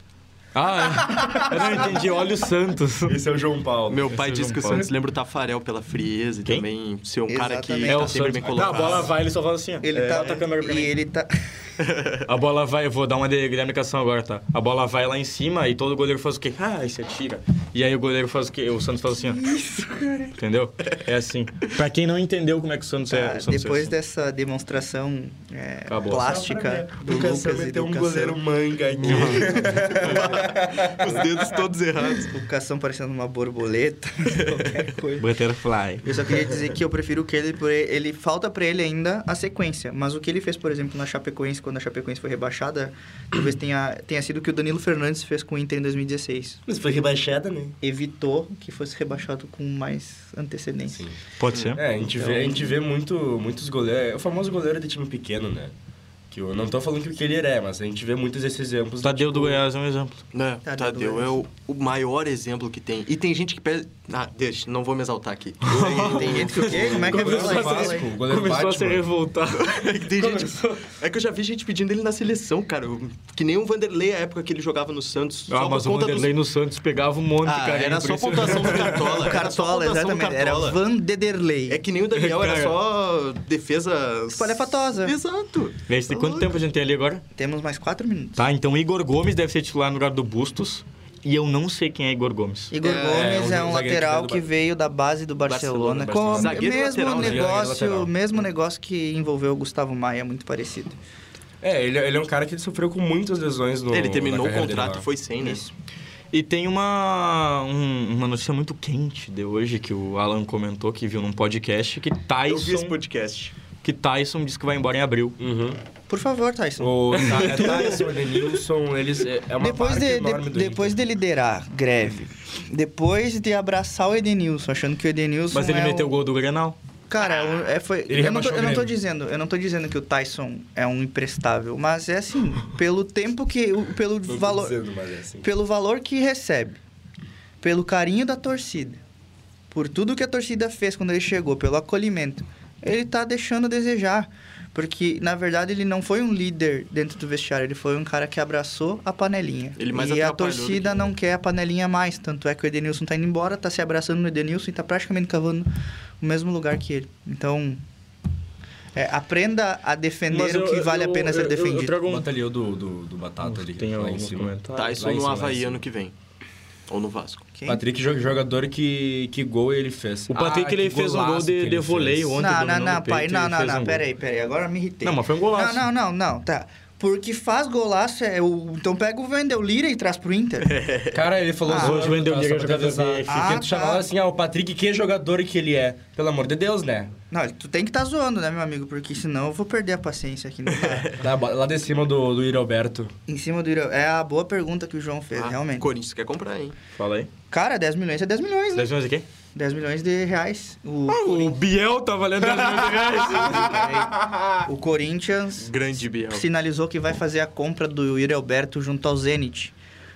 S2: Ah, é. eu não entendi, olha o Santos.
S4: Esse é o João Paulo.
S5: Meu pai
S2: Esse
S5: disse que o
S2: João Paulo.
S5: Santos lembra o Tafarel pela frieza e
S2: Quem?
S5: também ser um cara que
S1: Exatamente.
S5: tá
S1: É
S5: sempre bem colocado.
S2: a bola vai, ele só fala assim, ó.
S1: Ele
S2: É,
S1: tá,
S2: bota a câmera pra
S1: e
S2: mim.
S1: ele tá
S2: A bola vai, eu vou dar uma de Guilherme Cação agora, tá? A bola vai lá em cima e todo goleiro faz o quê? Ah, isso atira. E aí o goleiro faz o quê? O Santos faz assim, ó. Isso, cara. Entendeu? É assim. Pra quem não entendeu como é que o Santos é.
S1: Ah,
S2: O Santos é
S1: depois
S2: assim.
S1: dessa demonstração é,
S2: Acabou.
S1: plástica do Lucas e do
S4: um goleiro
S1: Cação.
S4: manga aqui.
S5: Os dedos todos errados.
S1: O Cação parecendo uma borboleta, qualquer coisa.
S2: Butterfly.
S1: Eu só queria dizer que eu prefiro o que ele, por ele, ele- falta pra ele ainda a sequência, mas o que ele fez, por exemplo, na Chapecoense quando a Chapecoense foi rebaixada, talvez tenha tenha sido o que o Danilo Fernandes fez com o Inter em 2016.
S4: Mas foi rebaixada, né?
S1: Evitou que fosse rebaixado com mais antecedência.
S2: Pode ser?
S4: É, a gente vê, a gente vê muito, muitos goleiros. É o famoso goleiro de time pequeno, né? Que eu não tô falando que o Keller é, mas a gente vê muitos desses exemplos. do
S2: Tadeu do
S4: tipo,
S2: Goiás é um exemplo.
S5: Né?
S1: Tadeu
S5: Tadeu é o, o maior exemplo que tem. E tem gente que pede. Ah, deixa, não vou me exaltar aqui.
S1: Tem gente que o quê? Como é que é
S4: Goleiro do
S1: isso? Fala aí.
S4: Vasco, goleiro do
S2: Começou a se
S4: Batman.
S2: revoltar.
S5: Tem gente- É que eu já vi gente pedindo ele na seleção, cara. Eu- Que nem o Vanderlei, a época que ele jogava no Santos.
S2: Ah, mas o Vanderlei no Santos pegava um monte,
S5: Ah,
S2: cara. é
S5: era só
S2: impressionante.
S5: pontuação do Cartola. Era só
S1: Cartola,
S5: pontuação do
S1: exatamente. Era
S5: Cartola.
S1: Vanderlei.
S5: É que nem o Daniel, era
S2: Cara.
S5: só defesa...
S1: Espalhafatosa.
S5: Exato.
S2: Veste, quanto tempo a gente tem ali agora?
S1: Temos mais quatro minutos.
S2: Tá, então Igor Gomes deve ser titular no lugar do Bustos. E eu não sei quem é Igor Gomes.
S1: Igor
S5: É,
S1: Gomes
S4: um
S1: é um
S4: zagueiro que
S1: lateral
S4: veio do
S1: que
S4: Bar-
S1: veio da base do Barcelona.
S4: Barcelona,
S1: Com o
S4: Barcelona.
S5: Zagueiro
S1: mesmo
S5: lateral, né?
S1: negócio,
S4: Zagueiro
S1: mesmo negócio que envolveu o Gustavo Maia, muito parecido.
S4: É, ele, ele é um cara que sofreu com muitas lesões no.
S5: ele
S4: na
S5: terminou o
S4: carreira
S5: contrato
S4: dele
S5: e
S4: lá.
S5: foi sem, né?
S2: E tem uma, um- uma notícia muito quente de hoje que o Alan comentou, que viu num podcast, que
S5: Eu um vi esse
S2: Tyson,
S5: podcast.
S2: que Tyson disse que vai embora em abril.
S4: Uhum.
S1: Por favor, Tyson.
S4: O Ta- é Tyson, Edenilson, eles. É é uma
S1: depois
S4: barca
S1: de,
S4: enorme
S1: de-
S4: do
S1: depois de liderar greve, depois de abraçar o Edenilson, achando que o Edenilson.
S2: Mas ele
S1: é
S2: meteu o
S1: o...
S2: gol do Grenal.
S1: Cara, o- é, foi,
S4: Ele
S1: eu, não tô,
S4: rebaixou o
S1: eu não tô
S4: Grêmio.
S1: dizendo, eu não tô dizendo que o Tyson é um imprestável, mas é assim, pelo tempo que, o- pelo
S4: Inter. Não tô
S1: valor,
S4: dizendo, mas é assim.
S1: pelo valor que recebe, pelo carinho da torcida, por tudo que a torcida fez quando ele chegou, pelo acolhimento, ele tá deixando a desejar. Porque, na verdade, ele não foi um líder dentro do vestiário, ele foi um cara que abraçou a panelinha.
S5: Ele mais
S1: e a
S5: atrapalhou do
S1: torcida
S5: que-
S1: não quer a panelinha mais. Tanto é que o Edenilson tá indo embora, tá se abraçando no Edenilson e tá praticamente cavando o mesmo lugar que ele. Então, é, aprenda a defender o que vale a pena ser defendido.
S2: Eu, trago um...
S4: Bota ali o do, do, do Batata ali.
S2: Tem
S4: tá, lá em
S2: alguns
S4: cima.
S2: comentários.
S5: Tyson
S4: lá em
S5: no
S4: cima, lá em
S5: Havaí
S4: cima.
S5: ano que vem. Ou no Vasco.
S1: Quem?
S4: Patrick, jo- jogador que, que gol ele fez.
S2: O Patrick,
S4: Ah,
S2: ele
S4: que
S2: fez um
S4: golaço
S2: gol
S4: que
S2: de,
S4: ele
S2: de
S4: fez.
S2: voleio ontem.
S1: Não,
S2: dominou
S1: não,
S2: no
S1: não,
S2: peito,
S1: pai,
S2: ele
S1: não, não,
S2: fez um
S1: não,
S2: gol.
S1: peraí, peraí, agora me irritei.
S2: Não, mas foi um golaço.
S1: Não, não, não, não, tá. Porque faz golaço, é o... então pega o Vendel Lira e traz pro
S2: É.
S1: Inter.
S4: Cara, ele falou
S1: Ah,
S4: zoando,
S2: hoje o Wendel
S4: tá?
S2: Diego
S4: Só pra te
S2: é jogador
S4: avisar.
S2: de
S1: Ah,
S4: Porque
S1: tá.
S4: tu chamava assim, ah, o Patrick, que jogador que ele é. Pelo amor de Deus, né?
S1: Não, tu tem que tá zoando, né, meu amigo? Porque senão eu vou perder a paciência aqui. Não dá.
S4: Lá, lá de cima do, do Yuri Alberto.
S1: em cima do Irã. É a boa pergunta que o João fez,
S5: Ah,
S1: realmente.
S5: Corinthians quer comprar, hein?
S2: Fala aí.
S1: Cara, 10 milhões é 10 milhões, né?
S2: 10 milhões de quê?
S1: 10 milhões de reais. O,
S2: O Biel tá valendo 10 milhões de reais.
S1: o Corinthians
S5: Grande Biel.
S1: sinalizou que vai fazer a compra do Yuri Alberto junto ao Zenit.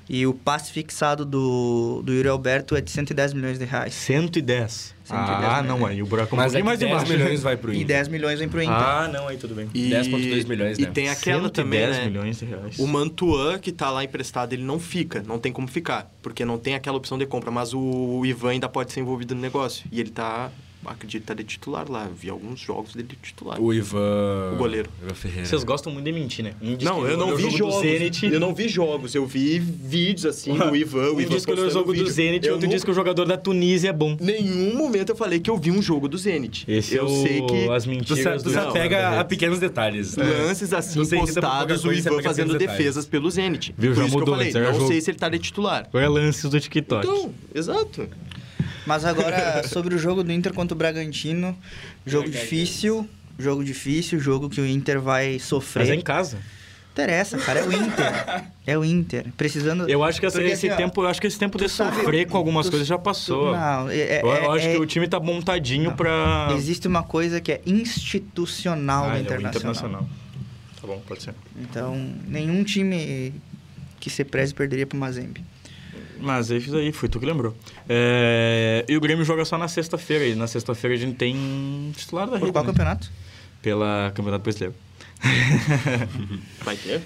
S1: E o passe fixado do, do Yuri Alberto é de 110 milhões de reais.
S2: 110.
S1: 110
S2: Ah,
S1: milhões.
S2: não, aí o buraco é um
S4: Mas é
S2: pouquinho
S4: que
S2: mais
S4: 10
S2: embaixo.
S4: milhões vai pro
S1: E
S4: Inter.
S1: 10 milhões vem pro Inter.
S2: Ah, não, aí tudo bem.
S5: E-
S4: 10,2 milhões,
S5: E
S4: né?
S5: tem aquela
S2: 110
S5: também, né?
S2: milhões de reais.
S5: O Mantuan, que tá lá emprestado, ele não fica, não tem como ficar, porque não tem aquela opção de compra, mas o Ivan ainda pode ser envolvido no negócio. E ele tá, acredito, tá de titular lá. Eu vi alguns jogos dele de titular.
S4: O Ivan...
S5: O goleiro.
S4: Ivan Ferreira.
S2: Vocês gostam muito de mentir, né? Um diz
S5: Não,
S2: que
S5: eu não
S2: olhou o
S5: vi
S2: jogo do
S5: jogos.
S2: Zenit.
S5: Eu não vi jogos, eu vi vídeos assim do Ivan, o
S2: Um
S5: Ivan
S2: diz que olhou o
S5: postando
S2: jogo do
S5: vídeo.
S2: Zenit,
S5: Eu
S2: outro
S5: não-
S2: diz que o jogador da Tunísia é bom.
S5: nenhum momento eu falei que eu vi um jogo do Zenit.
S2: Esse
S5: eu
S2: é o-
S5: sei que
S2: as
S4: Tu,
S2: mentiras
S4: se, tu
S2: do É.
S4: se
S5: Não,
S4: apega a pequenos detalhes.
S5: lances assim
S4: É. Você irrita por
S5: postados,
S4: pouca
S5: o
S4: coisa, você
S5: Ivan
S4: pega
S5: fazendo
S4: pequenos detalhes.
S5: defesas pelo Zenit.
S2: Viu,
S5: Por
S2: já
S5: isso que eu
S2: mudou,
S5: falei,
S2: isso aí é
S5: não
S2: jogo.
S5: sei se ele tá de titular.
S2: Qual é lances do TikTok?
S5: Então, exato.
S1: Mas agora, sobre o jogo do Inter contra o Bragantino. Jogo difícil, jogo difícil, jogo que o Inter vai
S2: Mas é
S1: sofrer.
S2: em casa.
S1: Interessa, cara, é o Inter. É o Inter. Precisando...
S2: Eu acho que essa-
S1: Porque
S2: esse
S1: assim, ó,
S2: tempo, eu acho que esse tempo de
S1: sabe-
S2: sofrer com algumas
S1: tu-
S2: coisas já passou.
S1: Não, é, é-
S2: eu, eu
S1: é-
S2: acho que o time tá montadinho
S1: Não.
S2: pra.
S1: Existe uma coisa que é institucional
S2: Ah,
S1: no
S2: ele é o
S1: Internacional.
S2: internacional. Tá bom, pode ser.
S1: Então, nenhum time que se preze perderia pro Mazembe.
S2: Mas é isso aí, foi tu que lembrou. É, E o Grêmio joga só na sexta-feira. E na sexta-feira a gente tem titular da
S1: Por
S2: rede.
S1: qual
S2: né?
S1: campeonato?
S2: Pela Campeonato Brasileiro.
S5: Vai ter?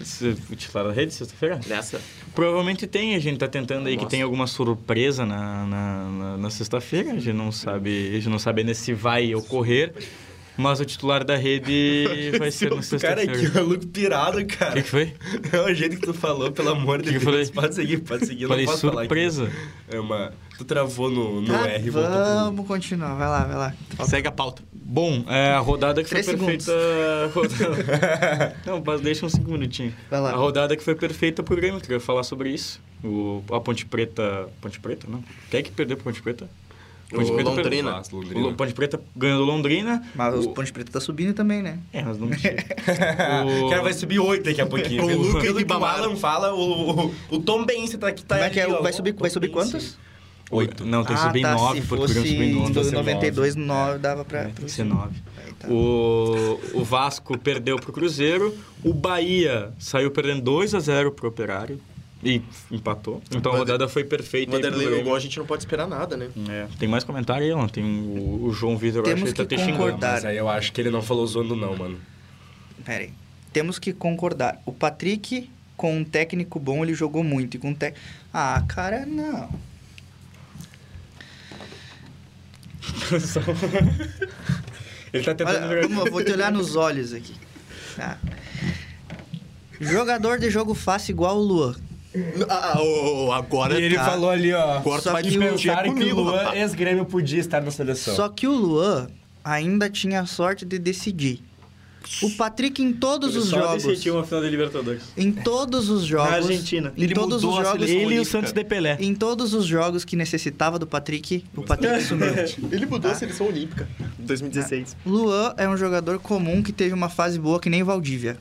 S2: Se- O titular da rede, sexta-feira?
S5: Nessa.
S2: Provavelmente tem, a gente tá tentando aí que
S5: Nossa.
S2: tem alguma surpresa na, na, na- na sexta-feira. A gente não sabe, a gente não sabe ainda se vai ocorrer, mas o titular da rede vai ser na
S4: O cara aqui,
S2: sexta-feira.
S4: o maluco pirado,
S2: O
S4: cara.
S2: que, que foi?
S4: É o jeito que tu falou, pelo amor de
S2: Que que eu
S4: Deus.
S2: falei?
S4: Pode seguir, pode seguir. eu
S2: Falei
S4: não posso falar aqui.
S2: surpresa. Ah,
S4: É uma... Tu travou no, no
S1: Tá,
S4: R e voltou pro...
S1: vamos continuar, vai lá, vai lá.
S5: Segue a pauta.
S2: Bom, é a rodada que foi
S1: Três segundos.
S2: perfeita. Não, mas deixa uns cinco minutinhos.
S1: Vai lá.
S2: A rodada que foi perfeita pro Grêmio, queria falar sobre isso. O, a Ponte Preta. Ponte Preta, não? Quem é que perdeu pra Ponte Preta?
S5: O
S2: Preta perdeu.
S5: Londrina.
S4: Ah,
S2: O Lo-
S4: Londrina.
S2: Ponte Preta ganhou do Londrina.
S1: Mas os
S2: o...
S1: Ponte Preta tá subindo também, né?
S2: É, mas não tinha.
S4: O cara vai subir oito daqui a pouquinho.
S5: O
S4: Pelo-
S5: Lucas
S4: pelo que o
S5: Ribamar.
S4: Alan fala, o, o, o Tom Bense tá aqui, tá
S1: Como é que é?
S4: ali, ó.
S1: Vai subir, vai subir
S4: Tom Bense.
S1: quantos?
S4: Oito.
S2: Não, tem que
S1: ah,
S2: subir
S1: tá,
S2: nove,
S1: se
S2: porque o
S1: fosse
S2: Grêmio subiu em nove. então
S1: em
S4: ser nove.
S1: 92, 9 dava pra...
S2: É, tem que ser 9.
S1: Aí tá.
S2: O, o Vasco perdeu pro Cruzeiro. O Bahia saiu perdendo 2 a 0 pro Operário. E empatou. Então a rodada foi perfeita. aí pro
S5: Vanderlei no
S2: Grêmio.
S5: gol, a gente não pode esperar nada, né?
S2: É, tem mais comentário aí, não? Tem o, o João Vitor, eu acho
S1: Temos
S2: que ele tá
S1: que
S2: te xingando.
S1: concordar.
S4: Mas aí eu acho que ele não falou zoando não, mano.
S1: Pera aí. Temos que concordar. O Patrick, com um técnico bom, ele jogou muito. E com um tec... Ah, cara, não.
S4: Ele tá tentando...
S1: Olha, vamos, vou te olhar nos olhos aqui. Tá. Jogador de jogo fácil igual o Luan.
S5: Ah, ô, ô, agora
S4: E ele
S5: tá.
S4: falou ali, ó.
S5: Agora tu
S1: Só
S5: vai
S1: que
S5: discutir
S1: o-
S4: Pensaram que
S5: comigo,
S4: o Luan,
S5: rapaz.
S4: ex-grêmio, podia estar na seleção.
S1: Só que o Luan ainda tinha a sorte de decidir. O Patrick em todos os jogos.
S2: uma final da Libertadores.
S1: Em todos os jogos.
S2: Na Argentina.
S1: Em todos os jogos.
S2: Ele e o Santos de Pelé.
S1: Em todos os jogos que necessitava do Patrick, o
S4: é
S1: Patrick sumiu.
S5: Ele mudou a seleção olímpica em 2016.
S1: Luan é um jogador comum que teve uma fase boa que nem o Valdívia.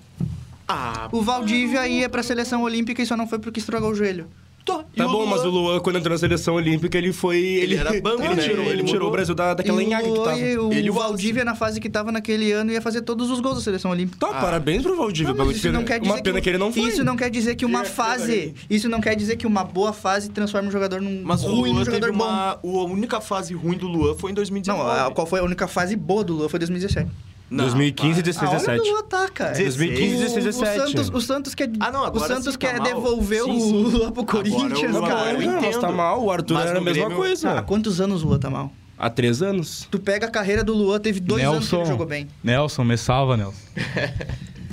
S5: Ah,
S1: O Valdívia ia pra seleção olímpica e só não foi porque estragou o joelho.
S5: tô. E
S4: Tá bom, mas o Luan, quando entrou na seleção olímpica, ele foi... Ele,
S5: era banco,
S4: ele
S5: né?
S4: tirou,
S5: Ele
S4: ele tirou
S5: mudou.
S4: o Brasil da, daquela
S1: E
S4: enhaga
S1: o
S4: que
S1: Luan
S4: tava.
S1: e o,
S5: Ele e o
S1: Valdívia, na fase que tava naquele ano, ia fazer todos os gols da seleção olímpica.
S4: Tá, parabéns pro Valdívia.
S1: Não,
S4: pelo
S1: mas isso
S4: que-
S1: não quer dizer
S4: Uma pena que,
S1: que
S4: ele não foi.
S1: Isso não quer dizer que uma fase. Isso não quer dizer que uma boa fase transforma um jogador num
S5: Mas
S1: ruim
S5: o
S1: num
S5: Luan
S1: jogador
S5: teve
S1: bom.
S5: uma... A única fase ruim do Luan foi em
S1: Não,
S5: 2019.
S1: a- qual foi a única fase boa do Luan foi 2017.
S3: 2015,
S1: Ah,
S3: 16,
S1: olha o
S3: 17.
S1: Luan tá, cara.
S3: 2015, 16,
S1: O- O
S3: 17.
S1: Santos, o Santos quer,
S5: Ah, não, agora
S1: o Santos
S5: sim, tá
S1: quer
S5: mal.
S1: devolver
S5: Sim,
S1: o
S5: sim.
S1: Lula pro
S5: Agora
S1: Corinthians,
S5: o-
S4: Não,
S1: cara.
S5: eu
S4: não, mas
S5: entendo.
S4: tá mal. O Arthur
S5: Mas
S4: era a
S5: no
S4: mesma
S5: Grêmio- ah,
S4: coisa.
S1: Há quantos anos o Luan tá mal?
S4: Há três anos.
S1: Tu pega a carreira do Luan, teve dois anos que ele jogou bem.
S2: Nelson, me salva, Nelson.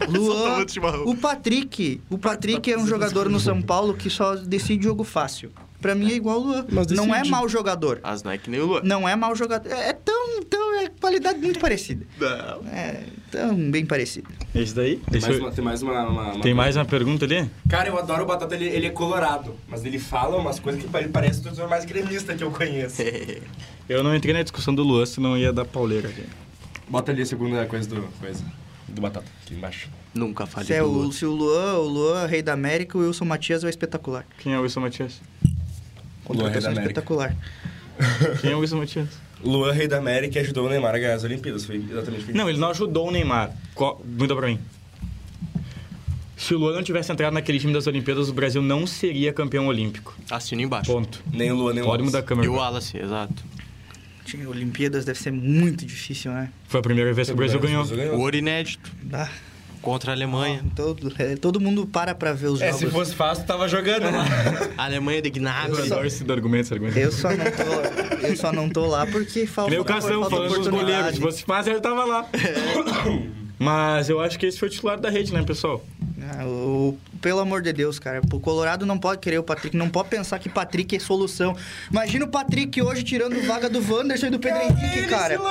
S1: Luan,
S5: tomando chimarrão.
S1: o Patrick, o Patrick é
S5: Tá
S1: um jogador no São Paulo que só decide jogo fácil. Pra mim é igual o Luan.
S4: Mas
S1: Não é
S4: decide.
S1: mau jogador.
S5: As Nike nem o Luan.
S1: Não é mau jogador. É é tão, tão é qualidade muito parecida.
S5: Não.
S1: É tão bem parecida.
S2: Esse daí?
S4: Tem
S2: Deixa
S4: mais
S2: eu-
S4: uma- tem mais uma- uma- uma
S2: Tem mais uma pergunta ali?
S4: Cara, eu adoro o Batata, ele, ele é colorado. Mas ele fala umas coisas que pa- ele parece o torcedor mais gremista que eu conheço.
S2: Eu não entrei na discussão do Luan, senão ia dar pauleira aqui.
S4: Bota ali a segunda coisa do, coisa, do Batata, aqui embaixo.
S5: Nunca falei
S1: Se, é
S5: do
S1: o,
S5: Luan.
S1: se o Luan, o Luan, rei da América, o Wilson Matias é o espetacular.
S2: Quem é o Wilson Matias?
S4: Luan, rei da
S1: Contratação
S4: América.
S1: espetacular.
S2: Quem é o Wilson Matias?
S4: Luan, rei da América, ajudou o Neymar a ganhar as Olimpíadas. Foi exatamente o que
S2: Não, ele não ajudou o Neymar. Co- Muda pra mim. Se o Luan não tivesse entrado naquele time das Olimpíadas, o Brasil não seria campeão olímpico.
S5: Assino embaixo.
S2: Ponto.
S4: Nem o Luan, nem o
S2: Pode
S4: Alves.
S2: mudar a
S5: E
S2: câmera.
S5: o Wallace, exato.
S1: Tinha Olimpíadas deve ser muito difícil, né?
S2: Foi a primeira vez que o Brasil ganhou.
S5: O ouro inédito
S1: Dá.
S5: contra a Alemanha.
S1: Todo, é, todo mundo para pra ver os
S4: É,
S1: jogos.
S4: se fosse fácil, tava jogando. né?
S5: A Alemanha de Gnabry.
S2: Eu adoro esse argumento, esse argumento.
S1: Eu só não tô, eu só não tô lá porque
S2: Que
S1: falta,
S2: nem o Cassão
S1: falta
S2: falando dos goleiros.
S1: oportunidade.
S2: Se fosse fácil, ele tava lá. Mas eu acho que esse foi o titular da rede, né, pessoal?
S1: Ah, o- pelo amor de Deus, cara. O Colorado não pode querer o Patrick. Não pode pensar que Patrick é solução. Imagina o Patrick hoje tirando vaga do Wanderson e do Pedro Henrique, cara.
S5: É
S1: Não,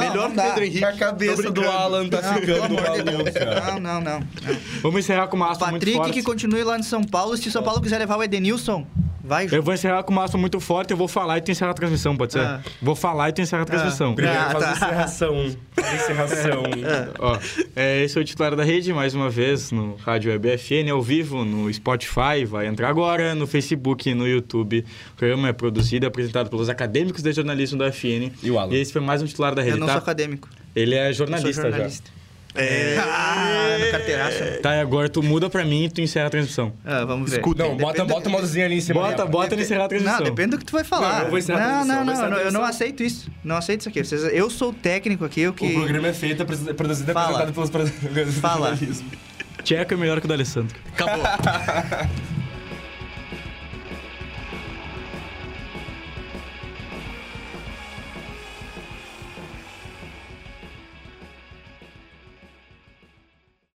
S5: melhor
S1: não
S5: que
S1: dá.
S5: o Pedro Henrique.
S4: A cabeça do Alan tá
S1: Não, pelo
S4: ficando
S1: amor de
S4: maluca.
S1: Deus. Não, não, não.
S2: Vamos encerrar com uma aspa muito
S1: Patrick
S2: forte.
S1: que continue lá no São Paulo. Se o São Paulo quiser levar o Edenilson, vai.
S2: Eu vou encerrar com uma aspa muito forte, eu vou falar e tu encerra a transmissão, pode ser?
S1: Ah.
S2: Vou falar e tu encerra a transmissão.
S4: Primeiro
S1: Ah,
S4: faz
S1: tá.
S4: encerração. Faz encerração.
S2: Ó, é, esse é o titular da rede, mais uma vez, no Rádio Web FN, ao vivo, no Spotify, vai entrar agora, no Facebook, no YouTube. O programa é produzido e apresentado pelos acadêmicos de jornalismo da FN.
S4: E o Alan?
S2: E esse foi mais um titular da
S1: Eu
S2: rede,
S1: não
S2: tá?
S1: sou acadêmico.
S2: Ele é
S1: Eu sou
S2: jornalista,
S1: jornalista. Ah, no carteiraço.
S2: já. Tá, e agora tu muda pra mim e tu encerra a transmissão.
S1: Ah, vamos ver.
S4: Não, bota, bota o modozinho ali em cima.
S2: Bota,
S4: ali, ó.
S2: bota ele encerrar a transmissão.
S1: Não, depende do que tu vai
S4: Não,
S1: falar.
S4: eu vou encerrar a
S1: não,
S4: transmissão,
S1: não,
S4: vou encerrar a
S1: não, eu não
S4: transmissão.
S1: aceito isso. Não aceito isso aqui. Vocês- eu sou o técnico aqui, eu que.
S4: O programa é feito, apres- produzido e
S1: Fala.
S4: apresentado pelos...
S1: Fala.
S2: Tcheca é melhor que o da Alessandro.
S5: Acabou.